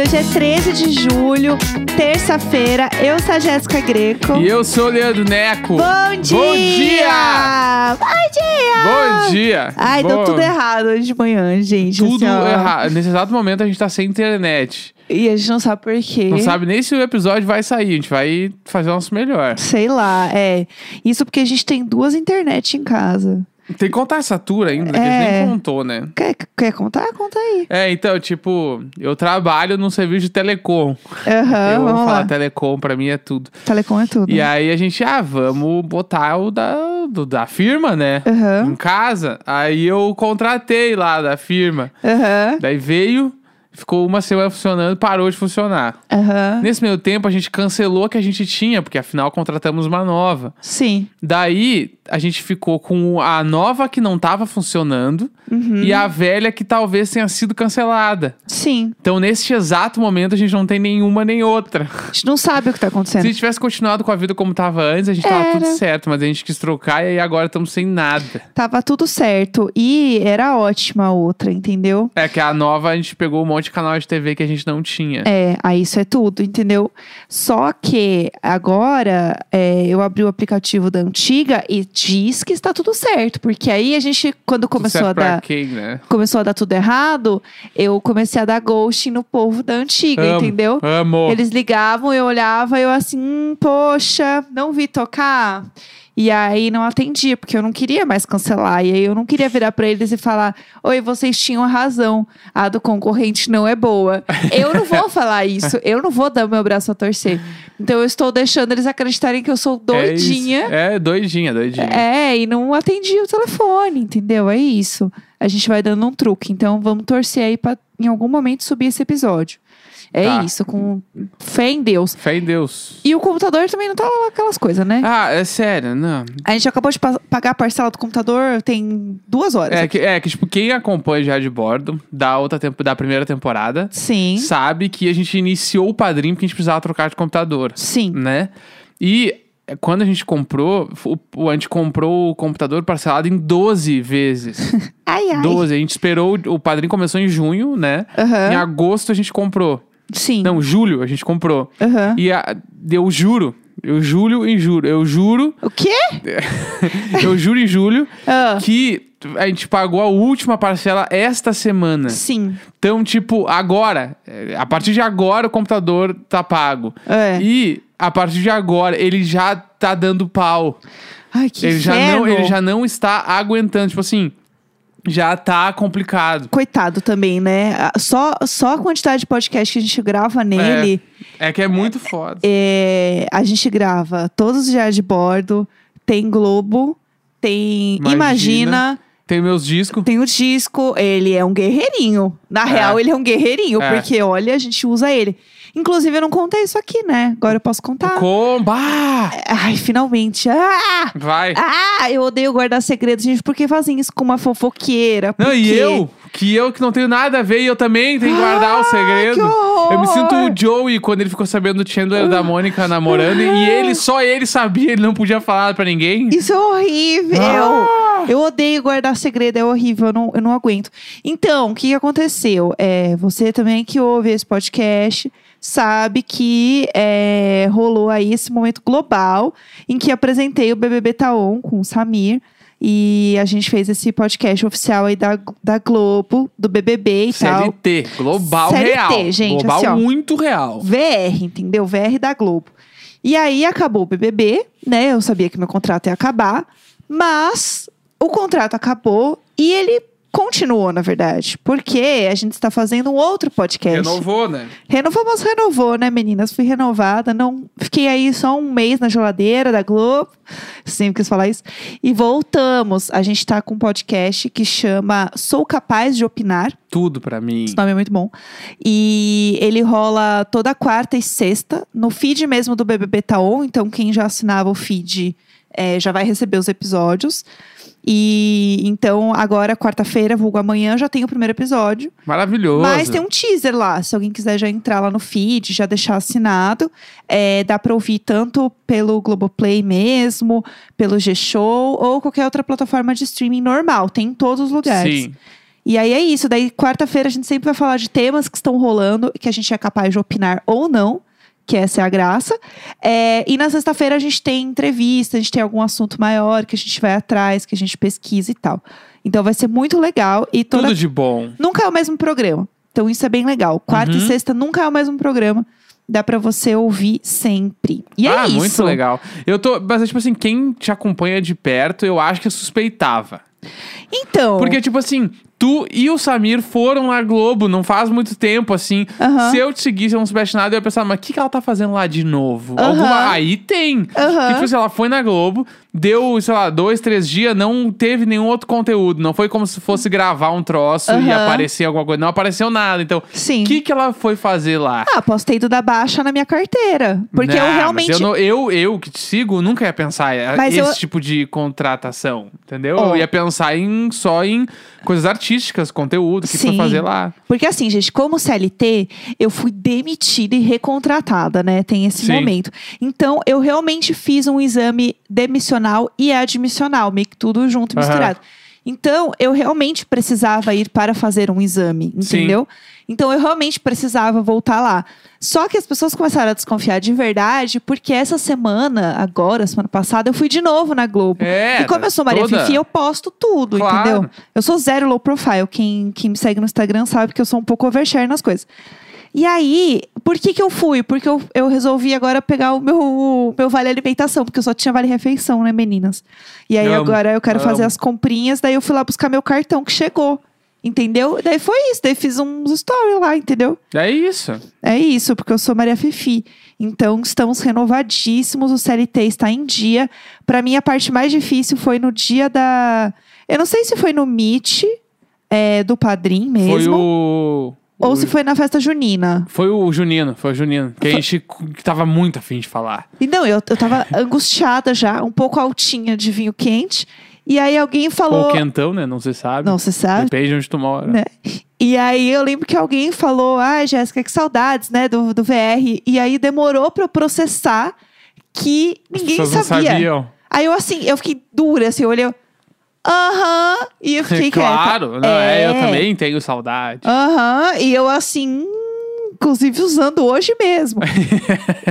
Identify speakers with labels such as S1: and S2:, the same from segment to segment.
S1: Hoje é 13 de julho, terça-feira. Eu sou a Jéssica Greco.
S2: E eu sou o Leandro Neco.
S1: Bom dia!
S2: Bom dia!
S1: Bom dia!
S2: Bom dia!
S1: Ai, deu
S2: Bom-
S1: tudo errado hoje de manhã, gente.
S2: Tudo
S1: assim, ó.
S2: errado. Nesse exato momento a gente tá sem internet.
S1: E a gente não sabe por quê.
S2: Não sabe nem se o episódio vai sair. A gente vai fazer o nosso melhor.
S1: Sei lá, é. Isso porque a gente tem duas internet em casa.
S2: Tem que contar essa tour ainda, né? que a gente
S1: É.
S2: nem contou, né?
S1: Quer, quer contar? Conta aí.
S2: É, então, tipo, eu trabalho num serviço de telecom.
S1: Aham, Ah,
S2: eu
S1: vamos
S2: amo falar
S1: lá.
S2: telecom, pra mim é tudo.
S1: Telecom é tudo.
S2: E aí a gente, ah, vamos botar o da, do- da firma, né?
S1: Aham,
S2: Em casa. Aí eu contratei lá da firma.
S1: aham,
S2: Daí veio, ficou uma semana funcionando, parou de funcionar.
S1: aham.
S2: Nesse meio tempo, a gente cancelou a que a gente tinha, porque afinal contratamos uma nova.
S1: Sim.
S2: Daí, a gente ficou com a nova que não tava funcionando
S1: Uhum.
S2: e a velha que talvez tenha sido cancelada.
S1: Sim.
S2: Então, neste exato momento, a gente não tem nenhuma nem outra.
S1: A gente não sabe o que tá
S2: Se a
S1: acontecendo.
S2: gente tivesse continuado com a vida como tava antes, a gente tava
S1: Era.
S2: tudo certo, mas a gente quis trocar e aí agora estamos sem nada.
S1: Tava tudo certo. E era ótima a outra, entendeu?
S2: É que a nova a gente pegou um monte de canal de TV que a gente não tinha.
S1: É, aí isso é tudo, entendeu? Só que agora é, eu abri o aplicativo da antiga e diz que está tudo certo. Porque aí a gente, quando começou a
S2: certo pra
S1: dar.
S2: quem, né?
S1: Começou a dar tudo errado, eu comecei a dar ghosting no povo da antiga,
S2: Amo,
S1: entendeu?
S2: Amo.
S1: Eles ligavam, eu olhava, eu assim, "Hum, poxa, não vi tocar. E aí não atendia, porque eu não queria mais cancelar. E aí eu não queria virar pra eles e falar: Oi, vocês tinham razão. A do concorrente não é boa. Eu não vou falar isso, eu não vou dar o meu braço a torcer. Então eu estou deixando eles acreditarem que eu sou
S2: É isso.
S1: doidinha.
S2: É, doidinha, doidinha.
S1: É, e não atendi o telefone, entendeu? É isso. A gente vai dando um truque. Então vamos torcer aí pra em algum momento subir esse episódio. É
S2: Tá.
S1: isso, com fé em Deus.
S2: Fé em Deus.
S1: E o computador também não tá lá aquelas coisas, né?
S2: Ah, é sério, não.
S1: A gente acabou de pa- pagar a parcela do computador tem duas horas.
S2: É que, é que, tipo, quem acompanha já de bordo da, outra tempo, da primeira temporada
S1: Sim,
S2: sabe que a gente iniciou o padrinho porque a gente precisava trocar de computador,
S1: sim.
S2: né? E é, quando a gente comprou, o, o- a gente comprou o computador parcelado em 12 vezes.
S1: Ai, ai.
S2: 12. A gente esperou, o padrinho começou em junho, né? Em
S1: Aham.
S2: agosto a gente comprou.
S1: Sim.
S2: Não, julho a gente comprou.
S1: Aham.
S2: E a, eu juro, eu julho em julho, eu juro,
S1: O quê?
S2: eu juro em julho
S1: Ah,
S2: que a gente pagou a última parcela esta semana.
S1: sim.
S2: Então, tipo, agora, eh, a partir de agora o computador tá pago.
S1: É.
S2: E a partir de agora ele já tá dando pau.
S1: Ai, que
S2: ele já
S1: inferno.
S2: não, ele já não está aguentando, tipo assim, já tá complicado.
S1: Coitado também, né? Ah, Só, só a quantidade de podcast que a gente grava nele.
S2: É que é muito foda.
S1: é, a gente grava todos os dias de bordo. Tem Globo. Tem
S2: Imagina.
S1: Imagina.
S2: Tem meus discos.
S1: Tem o disco, ele é um guerreirinho. Na real, ele é um guerreirinho,
S2: É.
S1: porque olha, a gente usa ele. Inclusive, eu não contei isso aqui, né? Agora eu posso contar.
S2: Com. Bah!
S1: Ai, finalmente. Ah!
S2: Vai.
S1: Ah, eu odeio guardar segredos, gente. Por que fazem isso com uma fofoqueira? Por
S2: Não, e
S1: quê?
S2: eu, que eu que não tenho nada a ver, e eu também tenho que guardar o segredo.
S1: Ah, que horror!
S2: eu me sinto o Joey quando ele ficou sabendo do Chandler da Mônica namorando, e ele, só ele sabia, ele não podia falar pra ninguém.
S1: Isso é horrível!
S2: Ah!
S1: Eu odeio guardar segredo, é horrível, eu não, eu não aguento. Então, o que aconteceu? É, você também que ouve esse podcast sabe que é, rolou aí esse momento global em que apresentei o BBB Taon com o Samir. E a gente fez esse podcast oficial aí da, da Globo, do BBB e
S2: é
S1: tal.
S2: CLT, global
S1: CLT,
S2: real.
S1: gente,
S2: global
S1: assim, ó.
S2: muito real.
S1: VR, entendeu? VR da Globo. E aí acabou o BBB, né? Eu sabia que meu contrato ia acabar, mas o contrato acabou e ele continuou, na verdade, porque a gente está fazendo um outro podcast.
S2: Renovou, né?
S1: Renovamos, renovou, né, meninas? Fui renovada, não fiquei aí só um mês na geladeira da Globo, sempre quis falar isso. E voltamos. A gente tá com um podcast que chama Sou Capaz de Opinar.
S2: Tudo pra mim.
S1: Esse nome é muito bom. E ele rola toda quarta e sexta no feed mesmo do BBB Taon. Então, quem já assinava o feed eh, já vai receber os episódios. E então, agora, quarta-feira, vulgo amanhã, já tem o primeiro episódio.
S2: Maravilhoso.
S1: Mas tem um teaser lá. Se alguém quiser já entrar lá no feed, já deixar assinado. Eh, dá pra ouvir tanto pelo Globoplay mesmo, pelo G-Show ou qualquer outra plataforma de streaming normal. Tem em todos os lugares.
S2: Sim.
S1: E aí é isso. Daí, quarta-feira, a gente sempre vai falar de temas que estão rolando, que a gente é capaz de opinar ou não, que essa é a graça. É, e na sexta-feira, a gente tem entrevista, a gente tem algum assunto maior que a gente vai atrás, que a gente pesquisa e tal. Então, vai ser muito legal. E toda...
S2: Tudo de bom.
S1: Nunca é o mesmo programa. Então, isso é bem legal. Quarta e
S2: Uhum.
S1: sexta nunca é o mesmo programa. Dá pra você ouvir sempre. E é
S2: ah,
S1: isso.
S2: muito legal. Eu tô. Mas, tipo assim, quem te acompanha de perto, eu acho que eu suspeitava.
S1: Então.
S2: Porque, tipo assim, tu e o Samir foram na Globo não faz muito tempo, assim.
S1: Aham.
S2: Se eu te seguisse, eu não soubesse nada, eu ia pensar, mas o que, que ela tá fazendo lá de novo?
S1: Aham.
S2: Alguma. Aí tem.
S1: Aham.
S2: Porque, tipo assim, ela foi na Globo, deu, sei lá, dois, três dias, não teve nenhum outro conteúdo. Não foi como se fosse gravar um troço e
S1: Aham.
S2: aparecer alguma coisa. Não apareceu nada. Então,
S1: Sim.
S2: o que, que ela foi fazer lá?
S1: Ah, posso ter ido dar baixa na minha carteira. Porque
S2: Nah,
S1: eu
S2: mas
S1: realmente.
S2: Eu, não- eu, eu que te sigo nunca ia pensar em
S1: Mas
S2: esse
S1: eu- Oh.
S2: tipo de contratação, entendeu?
S1: Ó.
S2: Eu ia pensar em, só em coisas artísticas, conteúdo, o que, que
S1: Sim.
S2: foi fazer lá.
S1: Porque assim, gente, como CLT, eu fui demitida e recontratada, né? Tem esse
S2: Sim.
S1: momento. Então, eu realmente fiz um exame demissional e admissional, meio que tudo junto,
S2: Aham.
S1: misturado. Então, eu realmente precisava ir para fazer um exame,
S2: Sim.
S1: entendeu? Então, eu realmente precisava voltar lá. Só que as pessoas começaram a desconfiar de verdade, porque essa semana, agora, semana passada, eu fui de novo na Globo.
S2: É.
S1: e como eu sou Maria
S2: toda-
S1: Fifi, eu posto tudo,
S2: Claro.
S1: entendeu? Eu sou zero low profile. Quem, quem me segue no Instagram sabe que eu sou um pouco overshare nas coisas. E aí, por que que eu fui? Porque eu, eu resolvi agora pegar o meu, o meu vale alimentação, porque eu só tinha vale refeição, né, meninas? E aí
S2: Amo,
S1: agora eu quero fazer
S2: amo.
S1: as comprinhas, daí eu fui lá buscar meu cartão que chegou. Entendeu? Daí foi isso, daí fiz uns stories lá, entendeu?
S2: É isso.
S1: É isso, porque eu sou Maria Fifi. Então, estamos renovadíssimos, o CLT está em dia. Para mim, a parte mais difícil foi no dia da. Eu não sei se foi no Meet é, do Padrim mesmo,
S2: Foi o.
S1: ou
S2: o-
S1: se foi na festa junina.
S2: Foi o Junino, foi o Junino. Que a gente cu- que tava muito afim de falar.
S1: E não, eu, eu tava angustiada já, um pouco altinha de vinho quente. E aí alguém
S2: Ou
S1: falou.
S2: o Quentão, né? Não se sabe.
S1: Não, você sabe?
S2: Depende de onde tu mora.
S1: Né? E aí eu lembro que alguém falou, ah, Jéssica, que saudades, né, do, do VR. E aí demorou pra eu processar que
S2: As
S1: ninguém
S2: pessoas não sabiam.
S1: Aí eu assim, eu fiquei dura, assim, eu olhei, eu, aham, e eu fiquei quieta.
S2: claro, não, é, eu
S1: É.
S2: também tenho saudade.
S1: Aham, e eu assim, hum, inclusive usando hoje mesmo.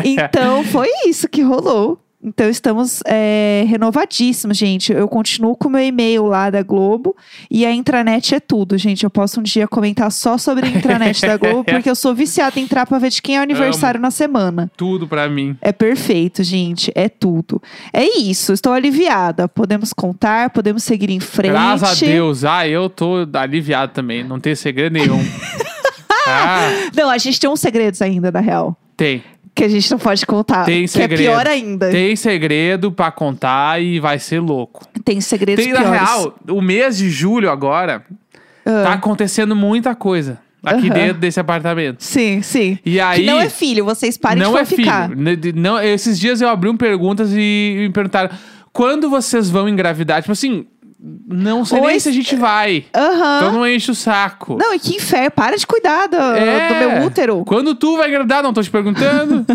S1: então foi isso que rolou. Então estamos é, renovadíssimos, gente. Eu continuo com o meu e-mail lá da Globo e a intranet é tudo, gente. Eu posso um dia comentar só sobre a intranet da Globo, porque eu sou viciada em entrar pra ver de quem é o aniversário na semana.
S2: Tudo pra mim.
S1: É perfeito, gente. É tudo. É isso. Estou aliviada. Podemos contar, podemos seguir em frente.
S2: Graças a Deus. Ah, eu tô aliviado também. Não tem segredo nenhum. ah,
S1: Não, a gente tem uns segredos ainda, na real.
S2: tem.
S1: Que a gente não pode contar.
S2: Tem
S1: que é
S2: segredo.
S1: pior ainda.
S2: Tem segredo pra contar e vai ser louco.
S1: Tem segredos
S2: Tem, na
S1: piores. Ah.
S2: real, o mês de julho agora tá acontecendo muita coisa aqui
S1: Aham.
S2: dentro desse apartamento.
S1: Sim, sim.
S2: E aí.
S1: Que não é filho, vocês parem
S2: não
S1: de
S2: é
S1: ficar.
S2: filho. N- de- Não, esses dias eu abri um perguntas e me perguntaram quando vocês vão engravidar. Tipo assim, não sei nem
S1: Oi,
S2: se a gente vai.
S1: é. Aham.
S2: Então não enche o saco.
S1: Não, e que inferno. Para de cuidar do,
S2: É.
S1: do meu útero.
S2: Quando tu vai engravidar? Não tô te perguntando.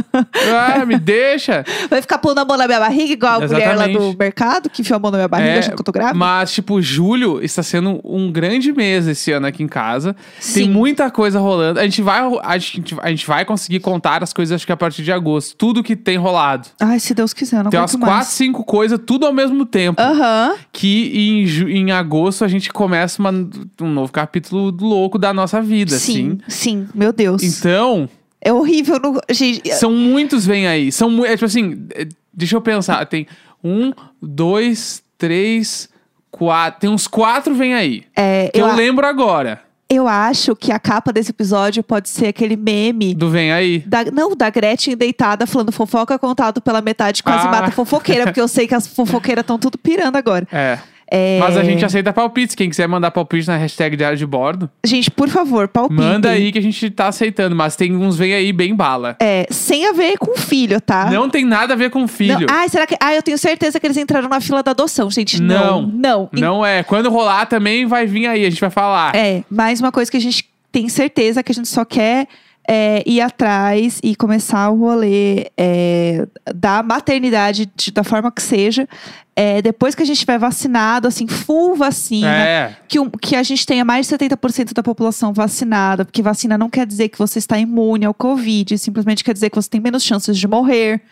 S2: ah, me deixa.
S1: Vai ficar pondo a mão na minha barriga, igual a mulher lá do
S2: Exatamente.
S1: mercado que enfiou a mão na minha barriga
S2: É,
S1: achando que eu tô grávida.
S2: Mas, tipo, julho está sendo um grande mês esse ano aqui em casa.
S1: Sim.
S2: Tem muita coisa rolando. A gente vai, a gente, a gente vai conseguir contar as coisas, acho que a partir de agosto. Tudo que tem rolado.
S1: Ai, se Deus quiser, eu não
S2: tem umas
S1: aguento
S2: quatro,
S1: mais.
S2: cinco coisas, tudo ao mesmo tempo.
S1: Aham.
S2: Que em, ju- em agosto a gente começa uma- um novo capítulo louco da nossa vida,
S1: Sim,
S2: assim.
S1: sim, meu Deus.
S2: Então,
S1: É horrível. No... Gente,
S2: São muitos vem aí. São mu- é tipo assim, é, deixa eu pensar. Tem um, dois, três, quatro. Tem uns quatro vem aí.
S1: é,
S2: Que eu,
S1: eu, a-
S2: lembro agora
S1: eu acho que a capa desse episódio pode ser aquele meme.
S2: do vem aí.
S1: Da, não, da Gretchen deitada falando fofoca contado pela metade quase
S2: Ah.
S1: mata a fofoqueira, porque eu sei que as fofoqueiras estão tudo pirando agora.
S2: É.
S1: É,
S2: Mas a gente aceita palpites. Quem quiser mandar palpite na hashtag Diário de Bordo,
S1: gente, por favor, palpite.
S2: manda aí que a gente tá aceitando. Mas tem uns vem aí bem bala.
S1: É, sem a ver com filho, tá?
S2: Não tem nada a ver com
S1: Não,
S2: filho.
S1: Ai, será que. Ah, eu tenho certeza que eles entraram na fila da adoção, gente. Não. Não.
S2: Não é. Quando rolar também vai vir aí, a gente vai falar.
S1: É, mais uma coisa que a gente tem certeza que a gente só quer é, ir atrás e começar o rolê é, da maternidade, de- da forma que seja, é, depois que a gente tiver vacinado, assim, full vacina,
S2: É.
S1: que, um- que a gente tenha mais de 70% da população vacinada, porque vacina não quer dizer que você está imune ao Covid, simplesmente quer dizer que você tem menos chances de morrer.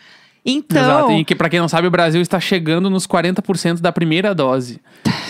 S1: Então,
S2: Exato. E que, pra quem não sabe, o Brasil está chegando nos 40% da primeira dose.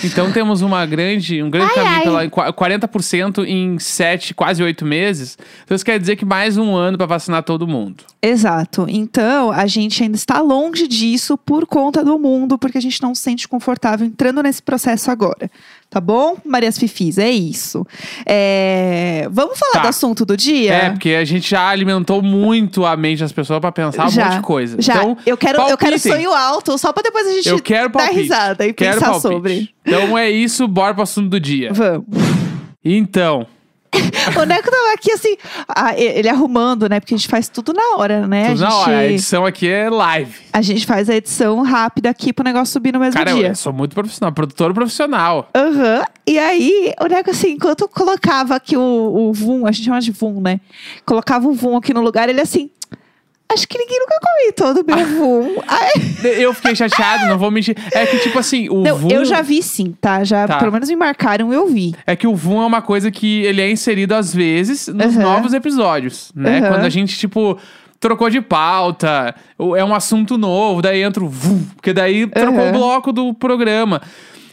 S2: Então temos uma grande, um grande caminho
S1: ai.
S2: pela qua- 40% em 7, quase 8 meses. Então isso quer dizer que mais um ano para vacinar todo mundo.
S1: Exato. Então, a gente ainda está longe disso por conta do mundo, porque a gente não se sente confortável entrando nesse processo agora. Tá bom, Marias Fifis? É isso. É, Vamos falar
S2: Tá.
S1: do assunto do dia?
S2: É, porque a gente já alimentou muito a mente das pessoas pra pensar um
S1: Já,
S2: monte de coisa.
S1: Já.
S2: Então,
S1: eu, quero, eu quero
S2: palpitem.
S1: sonho alto, só pra depois a gente
S2: Eu quero
S1: dar
S2: palpite.
S1: risada e
S2: Quero
S1: pensar
S2: palpite.
S1: sobre. É,
S2: Então é isso, bora pro assunto do dia.
S1: Vamos.
S2: Então,
S1: O Neco tava aqui assim, ah, e- ele arrumando, né? Porque a gente faz tudo na hora, né? a,
S2: tudo na
S1: gente,
S2: hora, a edição aqui é live.
S1: a gente faz a edição rápida aqui pro negócio subir no mesmo
S2: Cara, eu-
S1: dia.
S2: eu sou muito profissional, produtor profissional.
S1: Aham. E aí, o Neco, assim, enquanto eu colocava aqui o, o Vum, a gente chama de Vum, né? Colocava o Vum aqui no lugar, ele assim. Acho que ninguém nunca comentou do meu Vum. Aí-
S2: Eu fiquei chateado, não vou mentir. É que, tipo assim, o
S1: não,
S2: Vum.
S1: eu já vi sim, tá? Já,
S2: Tá.
S1: pelo menos me marcaram, eu vi.
S2: É que o Vum é uma coisa que ele é inserido às vezes nos
S1: Aham.
S2: novos episódios, né?
S1: Aham.
S2: Quando a gente, tipo, trocou de pauta, ou é um assunto novo, daí entra o Vum, porque daí trocou o
S1: Aham.
S2: bloco do programa.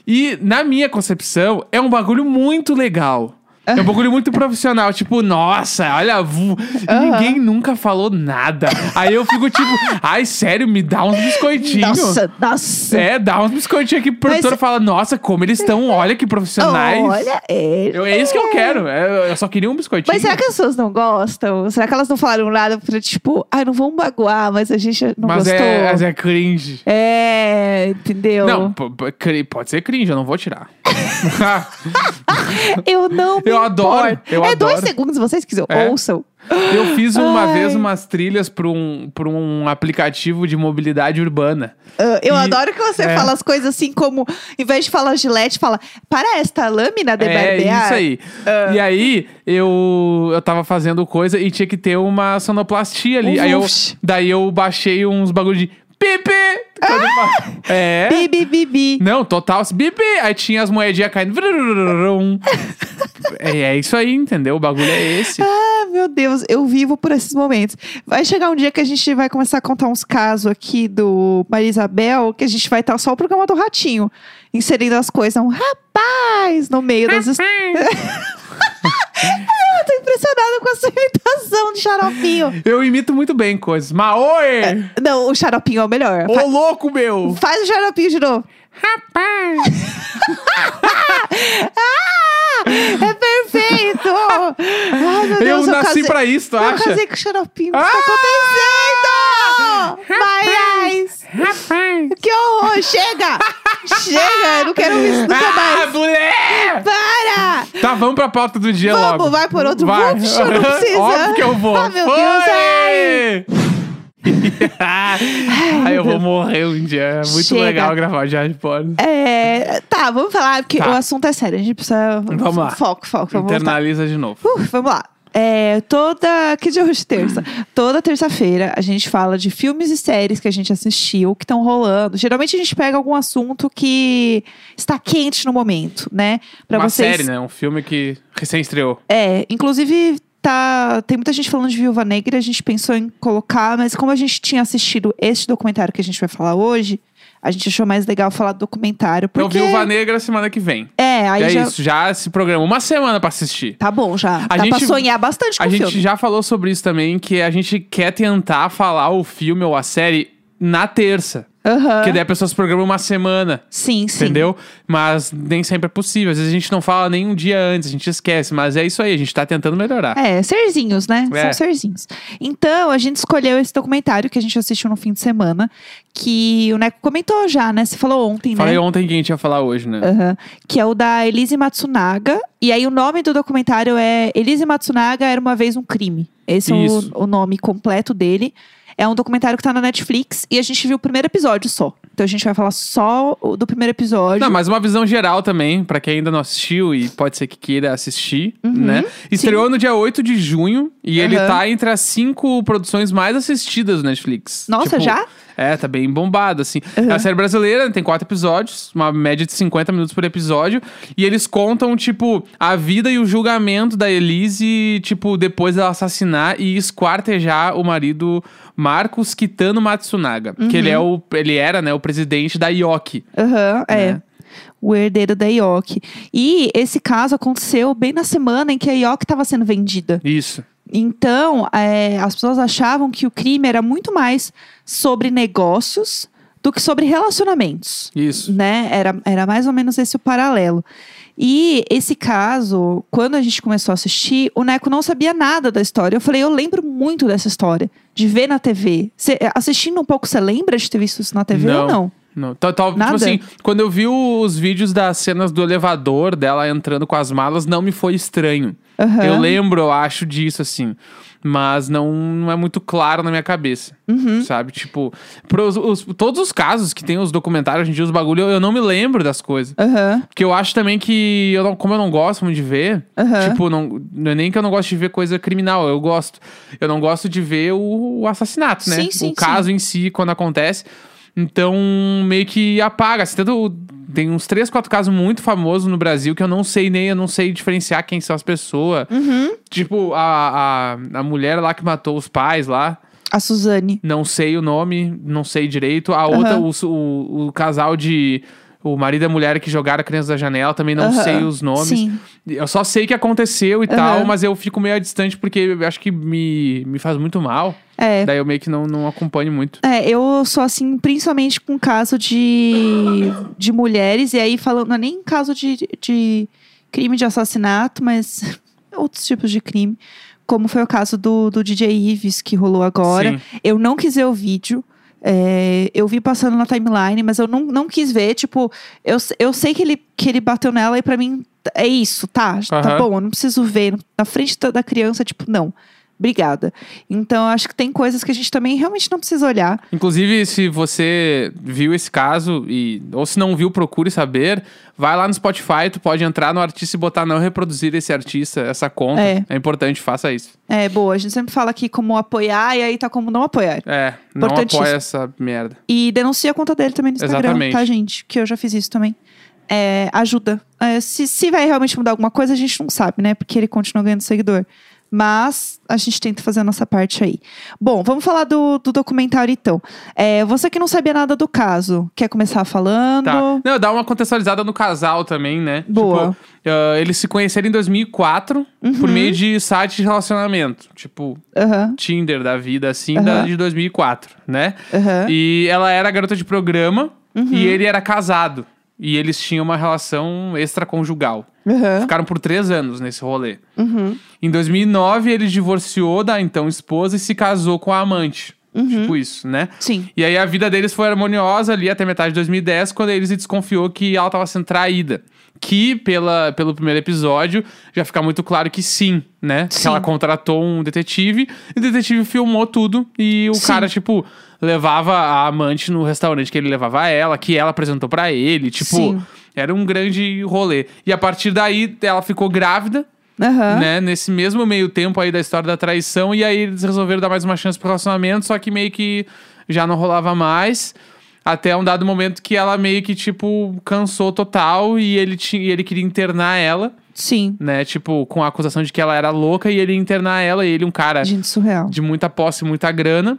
S2: E, na minha concepção, é um bagulho muito legal. É um bagulho muito profissional, tipo, nossa, olha, Vum. E
S1: Aham.
S2: ninguém nunca falou nada. Aí eu fico tipo, ai, sério, me dá uns biscoitinhos.
S1: Nossa, nossa.
S2: É, dá uns biscoitinhos aqui pro produtor fala, nossa, como eles estão, olha que profissionais.
S1: Olha, é.
S2: Eu- é isso que eu quero. é, Eu só queria um biscoitinho.
S1: Mas será que as pessoas não gostam? Será que elas não falaram nada pra, tipo, ai, não vamos baguar, mas a gente não
S2: mas
S1: gostou?
S2: é, mas é cringe.
S1: É, entendeu?
S2: Não, p- p- cri- pode ser cringe, eu não vou tirar.
S1: Eu não. me
S2: Eu adoro,
S1: importo.
S2: eu
S1: é dois
S2: adoro.
S1: segundos, vocês quiserem.
S2: É.
S1: Ouçam.
S2: eu fiz uma
S1: Ai.
S2: vez umas trilhas pra um, pra um aplicativo de mobilidade urbana.
S1: Ah, Eu
S2: E-
S1: adoro que você
S2: é.
S1: fala as coisas assim, como, em vez de falar gilete, fala para esta lâmina de
S2: é
S1: barbear. Ah.
S2: isso aí. E aí, eu, eu tava fazendo coisa e tinha que ter uma sonoplastia ali.
S1: Um
S2: aí eu,
S1: vush.
S2: daí eu baixei uns bagulho de pipi.
S1: Ah!
S2: É.
S1: Bi, bi, bi, bi.
S2: Não, total. se Bibi, aí tinha as moedinhas caindo. Vrurrurum. é, é isso aí, entendeu? O bagulho é esse.
S1: Ah, meu Deus, eu vivo por esses momentos. Vai chegar um dia que a gente vai começar a contar uns casos aqui do Maria Isabel, que a gente vai estar só o programa do Ratinho, inserindo as coisas, um rapaz no meio das. his- Eu tô impressionada com a sua imitação de xaropinho.
S2: Eu imito muito bem coisas. Maoi!
S1: Não, o xaropinho é o melhor.
S2: Ô, louco, meu!
S1: Hum, Faz o xaropinho de novo.
S2: Rapaz!
S1: É perfeito! Ai, meu
S2: Eu
S1: Deus,
S2: nasci
S1: casei...
S2: pra isso, tu
S1: Eu
S2: acha?
S1: casei com o xaropinho.
S2: Ah!
S1: Isso tá acontecendo! Maiás!
S2: Rapaz!
S1: Que horror! Chega! Chega! Eu não quero isso nunca
S2: Ah,
S1: mais!
S2: mulher!
S1: Para!
S2: Tá, vamos pra pauta do dia
S1: Vamos,
S2: logo.
S1: vai por outro.
S2: Vai.
S1: Vamos, eu não preciso.
S2: Óbvio que eu vou.
S1: Ah, meu Deus,
S2: Foi! Ai, eu vou morrer um dia. É muito
S1: Chega.
S2: legal gravar de Hardcore.
S1: É, tá, vamos falar, porque
S2: Tá.
S1: o assunto é sério. A gente precisa.
S2: Vamos lá.
S1: Foco, foco. Vamos voltar.
S2: Internaliza de novo.
S1: Uh, vamos lá. É, toda. Que dia é hoje? Terça. Toda terça-feira a gente fala de filmes e séries que a gente assistiu, que estão rolando. Geralmente a gente pega algum assunto que está quente no momento, né? Pra
S2: uma
S1: vocês.
S2: série, né? Um filme que recém estreou.
S1: É, inclusive. Tá, tem muita gente falando de Viúva Negra, a gente pensou em colocar, mas como a gente tinha assistido este documentário que a gente vai falar hoje, a gente achou mais legal falar do documentário. Porque,
S2: Então, Viúva Negra semana que vem.
S1: É, aí
S2: é
S1: já.
S2: isso, já se programa uma semana pra assistir.
S1: Tá bom, já. Dá
S2: A
S1: pra
S2: gente-
S1: sonhar bastante com
S2: A
S1: o
S2: gente
S1: é um filme.
S2: já falou sobre isso também, que a gente quer tentar falar o filme ou a série na terça.
S1: Aham.
S2: Porque daí a pessoa se programa uma semana.
S1: Sim, sim.
S2: Entendeu? Mas nem sempre é possível. Às vezes a gente não fala nem um dia antes, a gente esquece. Mas é isso aí, a gente tá tentando melhorar.
S1: É, serzinhos, né?
S2: É.
S1: São serzinhos. Então, a gente escolheu esse documentário que a gente assistiu no fim de semana, que o Neco comentou já, né? Você falou ontem,
S2: Falei
S1: né?
S2: ontem que a gente ia falar hoje, né?
S1: Aham. Que é o da Elise Matsunaga. E aí, o nome do documentário é Elise Matsunaga Era Uma Vez um Crime. Esse
S2: Isso.
S1: é o, o nome completo dele. É um documentário que tá na Netflix e a gente viu o primeiro episódio só. Então a gente vai falar só o- do primeiro episódio.
S2: Não, mas uma visão geral também, pra quem ainda não assistiu e pode ser que queira assistir, né? Estreou no dia 8 de junho e ele
S1: Uhum. Aham.
S2: tá entre as cinco produções mais assistidas do Netflix.
S1: Nossa,
S2: Tipo,
S1: já?
S2: É, tá bem bombado, assim. É uma série brasileira, tem quatro episódios, uma média de 50 minutos por episódio. E eles contam, tipo, a vida e o julgamento da Elise, tipo, depois dela assassinar e esquartejar o marido Marcos Kitano Matsunaga. Que ele, é o, ele era, né, o presidente da IOC.
S1: Aham, é.
S2: Né?
S1: O herdeiro da IOC. E esse caso aconteceu bem na semana em que a IOC estava sendo vendida.
S2: Isso.
S1: Então, é, as pessoas achavam que o crime era muito mais sobre negócios do que sobre relacionamentos.
S2: Isso.
S1: Né? Era, era mais ou menos esse o paralelo. E esse caso, quando a gente começou a assistir, o Neco não sabia nada da história. Eu falei, eu lembro muito dessa história, de ver na TV. Cê, assistindo um pouco, você lembra de ter visto isso na TV ou não?
S2: Não. Tal, tal, tipo
S1: Nada?
S2: assim, quando eu vi os vídeos das cenas do elevador dela entrando com as malas, não me foi estranho.
S1: Aham.
S2: Eu lembro, eu acho disso, assim. Mas não, não é muito claro na minha cabeça.
S1: Uhum.
S2: Sabe? Tipo, pros, os- todos os casos que tem os documentários hoje em dia, os bagulho, eu, eu não me lembro das coisas.
S1: Aham,
S2: Porque eu acho também que, eu não, como eu não gosto muito de ver,
S1: Aham.
S2: tipo, não, não é nem que eu não gosto de ver coisa criminal, eu gosto. Eu não gosto de ver o, o assassinato, né?
S1: Sim, sim,
S2: o caso em si, quando acontece. Então, meio que apaga. Assim, tanto- tem uns três, quatro casos muito famosos no Brasil que eu não sei nem, eu não sei diferenciar quem são as pessoas.
S1: Uhum.
S2: Tipo, a, a, a mulher lá que matou os pais lá.
S1: a Suzane.
S2: Não sei o nome, não sei direito. A outra, o su- o, o casal de. O marido e a mulher que jogaram a criança da janela, também não
S1: Aham.
S2: sei os nomes.
S1: Sim.
S2: Eu só sei que aconteceu e tal,
S1: Aham.
S2: mas eu fico meio à distante porque eu acho que me, me faz muito mal.
S1: É.
S2: Daí eu meio que não, não acompanho muito.
S1: É, eu sou assim, principalmente com caso de, de mulheres, e aí falando, não é nem caso de, de crime de assassinato, mas outros tipos de crime, como foi o caso do, do DJ Ives que rolou agora.
S2: Sim.
S1: Eu não quis ver o vídeo. é, eu vi passando na timeline, mas eu não, não quis ver. Tipo, eu, eu sei que ele, que ele bateu nela e pra mim é isso, tá? Tá
S2: Aham.
S1: bom, eu não preciso ver. Na frente da- da criança, tipo, não. Obrigada. Então, eu acho que tem coisas que a gente também realmente não precisa olhar.
S2: Inclusive, se você viu esse caso, e, ou se não viu, procure saber. Vai lá no Spotify, tu pode entrar no artista e botar não reproduzir esse artista, essa conta.
S1: É.
S2: é importante, faça isso.
S1: É, boa, a gente sempre fala aqui como apoiar e aí tá como não apoiar.
S2: É, não
S1: Importantíssimo.
S2: apoia essa merda.
S1: E denuncia a conta dele também no Instagram,
S2: Exatamente.
S1: tá, gente? Que eu já fiz isso também. É, ajuda. É, se, se vai realmente mudar alguma coisa, a gente não sabe, né? Porque ele continua ganhando seguidor. Mas a gente tenta fazer a nossa parte aí. Bom, vamos falar do, do documentário então. É, você que não sabia nada do caso, quer começar falando?
S2: Tá. Não, dá uma contextualizada no casal também, né?
S1: Boa. Uhum.
S2: Tipo, ah, eles se conheceram em 2004 por meio de site de relacionamento. Tipo,
S1: Aham,
S2: Tinder da vida, assim, da-
S1: Aham.
S2: de 2004, né?
S1: aham.
S2: E ela era garota de programa e ele era casado. E eles tinham uma relação extraconjugal.
S1: Aham.
S2: Ficaram por três anos nesse rolê.
S1: Uhum.
S2: Em 2009, ele divorciou da então esposa e se casou com a amante. Tipo isso, né?
S1: Uhum. Sim.
S2: E aí a vida deles foi harmoniosa ali até metade de 2010, quando eles desconfiou que ela tava sendo traída. Que, pela, pelo primeiro episódio, já fica muito claro que sim, né? Que
S1: Sim.
S2: ela contratou um detetive, e o detetive filmou tudo, e o
S1: Sim.
S2: cara, tipo, levava a amante no restaurante que ele levava ela, que ela apresentou pra ele, tipo...
S1: Sim.
S2: Era um grande rolê. E a partir daí, ela ficou grávida,
S1: Aham.
S2: né? Nesse mesmo meio tempo aí da história da traição. E aí eles resolveram dar mais uma chance pro relacionamento, só que meio que já não rolava mais. Até um dado momento que ela meio que, tipo, cansou total e ele, tinha, e ele queria internar ela,
S1: Sim.
S2: né? Tipo, com a acusação de que ela era louca e ele ia internar ela. E ele, um cara
S1: Gente, surreal.
S2: de muita posse, muita grana.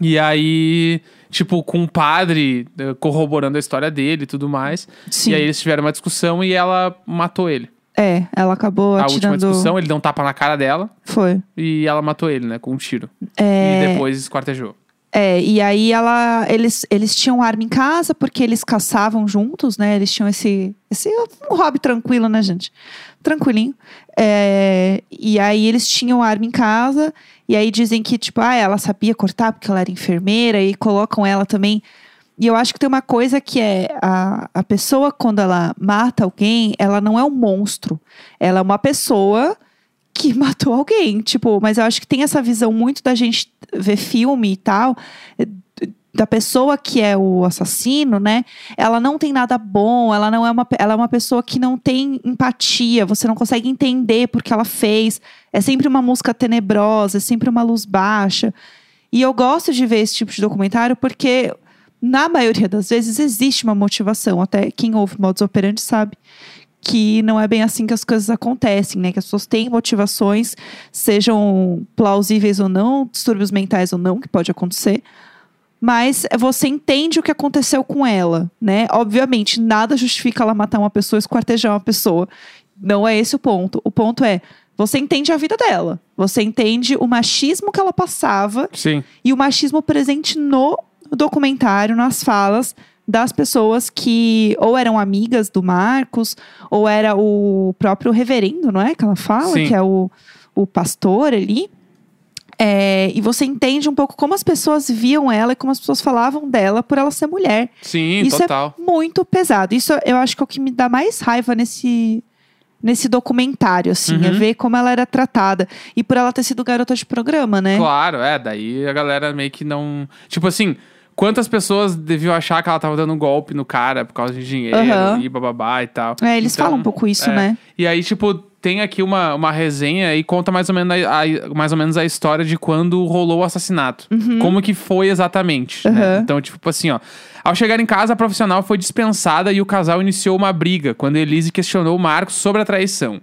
S2: E aí, tipo, com o padre eh, corroborando a história dele e tudo mais.
S1: Sim.
S2: E aí eles tiveram uma discussão e ela matou ele.
S1: É, ela acabou
S2: A última
S1: atirando.
S2: discussão, ele deu um tapa na cara dela.
S1: Foi.
S2: E ela matou ele, né? Com um tiro.
S1: É,
S2: E depois esquartejou.
S1: É, e aí ela, eles, eles tinham arma em casa porque eles caçavam juntos, né? Eles tinham esse, esse um hobby tranquilo, né, gente? Tranquilinho. É, e aí eles tinham arma em casa e aí dizem que tipo, ah, ela sabia cortar porque ela era enfermeira e colocam ela também. E eu acho que tem uma coisa que é a, a pessoa quando ela mata alguém, ela não é um monstro, ela é uma pessoa que matou alguém. Tipo, mas eu acho que tem essa visão muito da gente ver filme e tal. eh, d- Da pessoa que é o assassino, né? Ela não tem nada bom, ela não é uma, pe- ela é uma pessoa que não tem empatia, você não consegue entender porque ela fez. É sempre uma música tenebrosa, é sempre uma luz baixa. E eu gosto de ver esse tipo de documentário porque, na maioria das vezes, existe uma motivação. Até quem ouve modus operandi sabe que não é bem assim que as coisas acontecem, né? Que as pessoas têm motivações, sejam plausíveis ou não, distúrbios mentais ou não, que pode acontecer. Mas você entende o que aconteceu com ela, né? Obviamente, nada justifica ela matar uma pessoa, esquartejar uma pessoa. Não é esse o ponto. O ponto é, você entende a vida dela. Você entende o machismo que ela passava
S2: Sim.
S1: e o machismo presente no documentário, nas falas das pessoas que ou eram amigas do Marcos, ou era o próprio reverendo, não é? Que ela fala,
S2: Sim.
S1: que é o, o pastor ali. É, e você entende um pouco como as pessoas viam ela e como as pessoas falavam dela por ela ser mulher.
S2: Sim,
S1: Isso é-
S2: total.
S1: Muito pesado. Isso eu acho que é o que me dá mais raiva nesse, nesse documentário, assim, é
S2: Uhum.
S1: ver como ela era tratada. E por ela ter sido garota de programa, né?
S2: Claro, é. Daí a galera meio que não. Tipo assim, quantas pessoas deviam achar que ela tava dando um golpe no cara por causa de dinheiro
S1: Aham.
S2: e bababá e tal.
S1: É, eles
S2: Então,
S1: falam um pouco isso,
S2: é.
S1: né?
S2: E aí, tipo, tem aqui uma, uma resenha e conta mais ou, menos a, a- mais ou menos a história de quando rolou o assassinato. Como que foi exatamente. né?
S1: Uhum.
S2: Então, tipo assim, ó. Ao chegar em casa, a profissional foi dispensada e o casal iniciou uma briga quando Elise questionou o Marcos sobre a traição,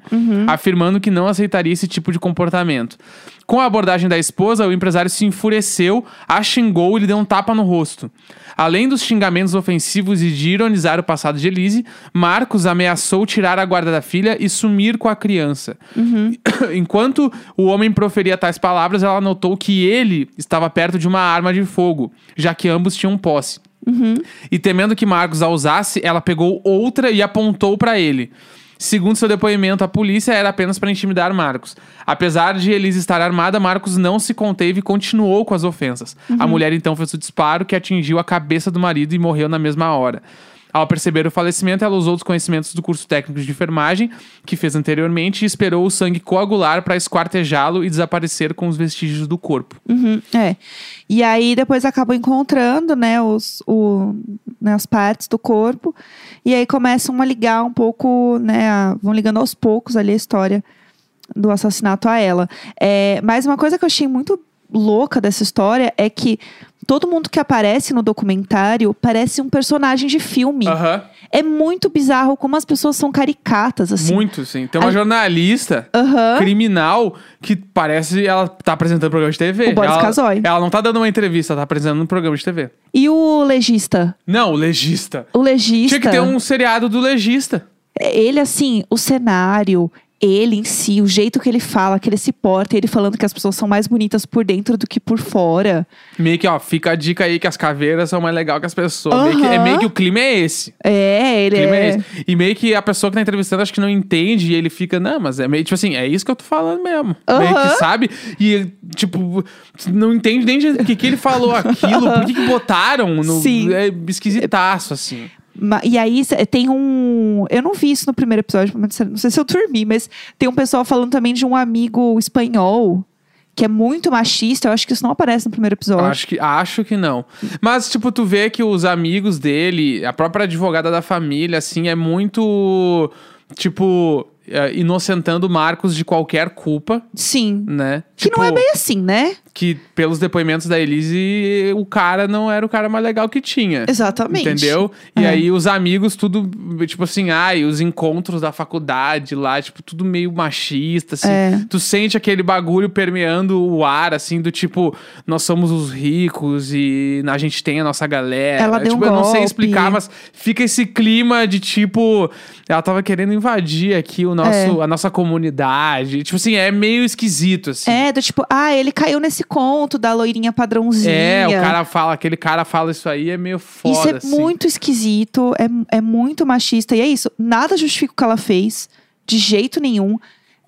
S2: afirmando que não aceitaria esse tipo de comportamento. Com a abordagem da esposa, o empresário se enfureceu, a xingou e lhe deu um tapa no rosto. Além dos xingamentos ofensivos e de ironizar o passado de Elise, Marcos ameaçou tirar a guarda da filha e sumir com a criança. Enquanto o homem proferia tais palavras, ela notou que ele estava perto de uma arma de fogo, já que ambos tinham posse. E temendo que Marcos a usasse, ela pegou outra e apontou para ele. Segundo seu depoimento, a polícia era apenas para intimidar Marcos. Apesar de Elise estar armada, Marcos não se conteve e continuou com as ofensas. A mulher então fez o disparo que atingiu a cabeça do marido e morreu na mesma hora. Ao perceber o falecimento, ela usou os conhecimentos do curso técnico de enfermagem que fez anteriormente e esperou o sangue coagular para esquartejá-lo e desaparecer com os vestígios do corpo.
S1: Uhum, é. E aí depois acabam encontrando, né, os, o, né, as partes do corpo. E aí começam a ligar um pouco, né, a- vão ligando aos poucos ali a história do assassinato a ela. É, mas uma coisa que eu achei muito louca dessa história é que todo mundo que aparece no documentário parece um personagem de filme.
S2: Aham.
S1: É muito bizarro como as pessoas são caricatas, assim.
S2: Muito, sim. Tem uma
S1: A-
S2: jornalista
S1: Aham.
S2: criminal que parece ela tá apresentando programa de TV.
S1: O Boris
S2: ela,
S1: Casoy.
S2: ela não tá dando uma entrevista, ela tá apresentando um programa de TV.
S1: E o legista?
S2: Não, o legista.
S1: O legista...
S2: Tinha que ter um seriado do legista.
S1: Ele, assim, o cenário, ele em si, o jeito que ele fala, que ele se porta, ele falando que as pessoas são mais bonitas por dentro do que por fora.
S2: Meio que, ó, fica a dica aí que as caveiras são mais legal que as pessoas. Meio que- é
S1: Aham.
S2: meio que o clima é esse.
S1: É, ele
S2: clima é
S1: é.
S2: esse. E meio que a pessoa que tá entrevistando acho que não entende e ele fica, não, mas é meio tipo assim, é isso que eu tô falando mesmo. Meio que
S1: Aham.
S2: sabe? E, tipo, não entende nem de- o que, que ele falou aquilo, por que, que botaram no.
S1: Sim.
S2: É esquisitaço, assim.
S1: Ma- E aí cê- tem um. Eu não vi isso no primeiro episódio, mas não sei se eu dormi, mas tem um pessoal falando também de um amigo espanhol que é muito machista. Eu acho que isso não aparece no primeiro episódio.
S2: Acho que, acho que não. Mas, tipo, tu vê que os amigos dele, a própria advogada da família, assim, é muito. Tipo, é, inocentando Marcos de qualquer culpa,
S1: Sim.
S2: né?
S1: Que não é
S2: Tipo,
S1: bem assim, né?
S2: que pelos depoimentos da Elise, o cara não era o cara mais legal que tinha.
S1: Exatamente.
S2: Entendeu? E
S1: É.
S2: aí os amigos, tudo, tipo assim, ai, os encontros da faculdade lá, tipo, tudo meio machista, assim.
S1: É.
S2: Tu sente aquele bagulho permeando o ar, assim, do tipo, nós somos os ricos e a gente tem a nossa galera.
S1: Ela deu
S2: tipo,
S1: um
S2: eu não sei
S1: golpe.
S2: explicar, mas fica esse clima de tipo, ela tava querendo invadir aqui o nosso,
S1: É.
S2: a nossa comunidade. Tipo assim, é meio esquisito, assim.
S1: É, do tipo, ah, ele caiu nesse conto da loirinha padrãozinha.
S2: É, o cara fala, aquele cara fala isso aí, é meio foda,
S1: Isso é
S2: assim.
S1: muito esquisito, é, é muito machista. E é isso. Nada justifica o que ela fez, de jeito nenhum.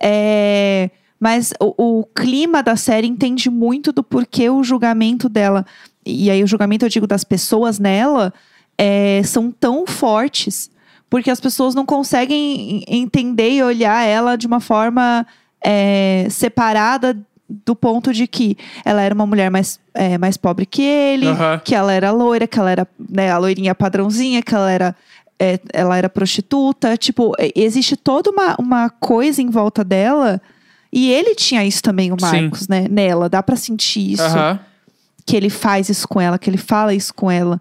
S1: É, mas o, o clima da série entende muito do porquê o julgamento dela, e aí o julgamento eu digo das pessoas nela, é, são tão fortes. Porque as pessoas não conseguem en- entender e olhar ela de uma forma é, separada do ponto de que ela era uma mulher mais, é, mais pobre que ele,
S2: Aham.
S1: que ela era loira, que ela era né, a loirinha padrãozinha, que ela era, é, ela era prostituta. Tipo, é, existe toda uma, uma coisa em volta dela. E ele tinha isso também, o
S2: Sim.
S1: Marcos, né? Nela. Dá pra sentir isso.
S2: Aham.
S1: Que ele faz isso com ela, que ele fala isso com ela.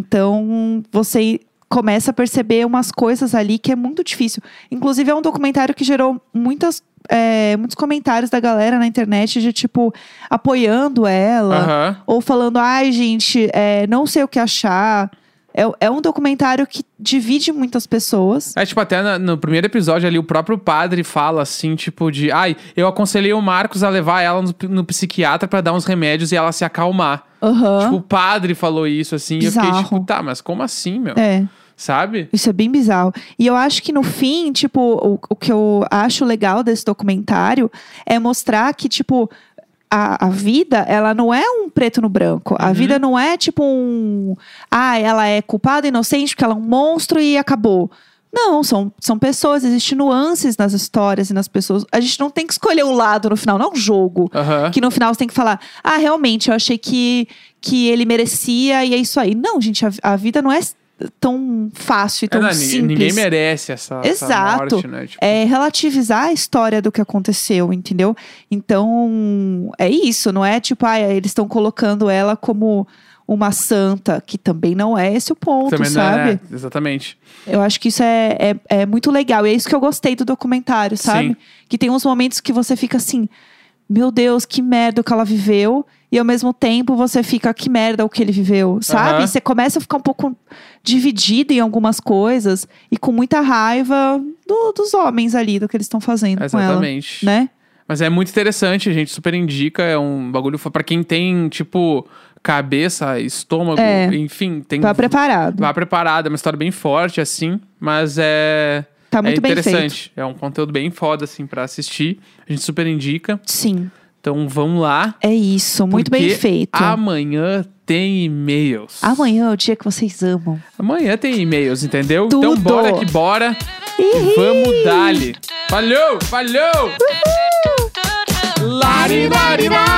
S1: Então, você começa a perceber umas coisas ali que é muito difícil. Inclusive, é um documentário que gerou muitas, é, muitos comentários da galera na internet de, tipo, apoiando ela.
S2: Aham.
S1: Ou falando, ai, gente, é, não sei o que achar. É, é um documentário que divide muitas pessoas.
S2: É, tipo, até na- no primeiro episódio ali, o próprio padre fala assim, tipo, de... Ai, eu aconselhei o Marcos a levar ela no, no psiquiatra pra dar uns remédios e ela se acalmar.
S1: Aham.
S2: Tipo, o padre falou isso, assim. E eu fiquei,
S1: Bizarro.
S2: tipo, tá, mas como assim, meu?
S1: É.
S2: Sabe?
S1: Isso é bem bizarro. E eu acho que no fim, tipo, o, o que eu acho legal desse documentário é mostrar que, tipo, a, a vida, ela não é um preto no branco. A
S2: Uhum.
S1: vida não é tipo um. Ah, ela é culpada, inocente, porque ela é um monstro e acabou. Não, são, são pessoas, existem nuances nas histórias e nas pessoas. A gente não tem que escolher o lado no final, não é um jogo.
S2: Aham.
S1: Que no final você tem que falar, ah, realmente, eu achei que, que ele merecia e é isso aí. Não, gente, a, a vida não é s- tão fácil e
S2: É,
S1: tão
S2: não, ninguém-
S1: simples.
S2: ninguém merece essa, essa
S1: Exato.
S2: morte, né? Tipo,
S1: É relativizar a história do que aconteceu, entendeu? Então, é isso, não é tipo, ah, eles estão colocando ela como uma santa, que também não é esse o ponto,
S2: também não
S1: sabe?
S2: é- exatamente.
S1: Eu acho que isso é, é, é muito legal. E é isso que eu gostei do documentário, sabe?
S2: Sim.
S1: Que tem uns momentos que você fica assim, meu Deus, que merda o que ela viveu. E ao mesmo tempo você fica, que merda o que ele viveu, sabe?
S2: Aham.
S1: Você começa a ficar um pouco dividido em algumas coisas e com muita raiva do- dos homens ali, do que eles estão fazendo com ela.
S2: Exatamente.
S1: Né?
S2: Mas é muito interessante, gente. Super indica. É um bagulho fa- pra quem tem, tipo, cabeça, estômago,
S1: É.
S2: enfim, tem.
S1: Tá preparado.
S2: Vá preparado, é uma história bem forte, assim, mas é.
S1: Tá muito
S2: é
S1: bem feito.
S2: interessante. É um conteúdo bem foda, assim, pra assistir. A gente super indica.
S1: Sim,
S2: Então vamos lá.
S1: é isso. Muito
S2: porque
S1: bem feito.
S2: Amanhã tem e-mails.
S1: Amanhã é o dia que vocês amam.
S2: Amanhã tem e-mails, entendeu?
S1: Tudo.
S2: Então bora que bora. Vamos dali. Valeu, valeu! Lari, lari, lari.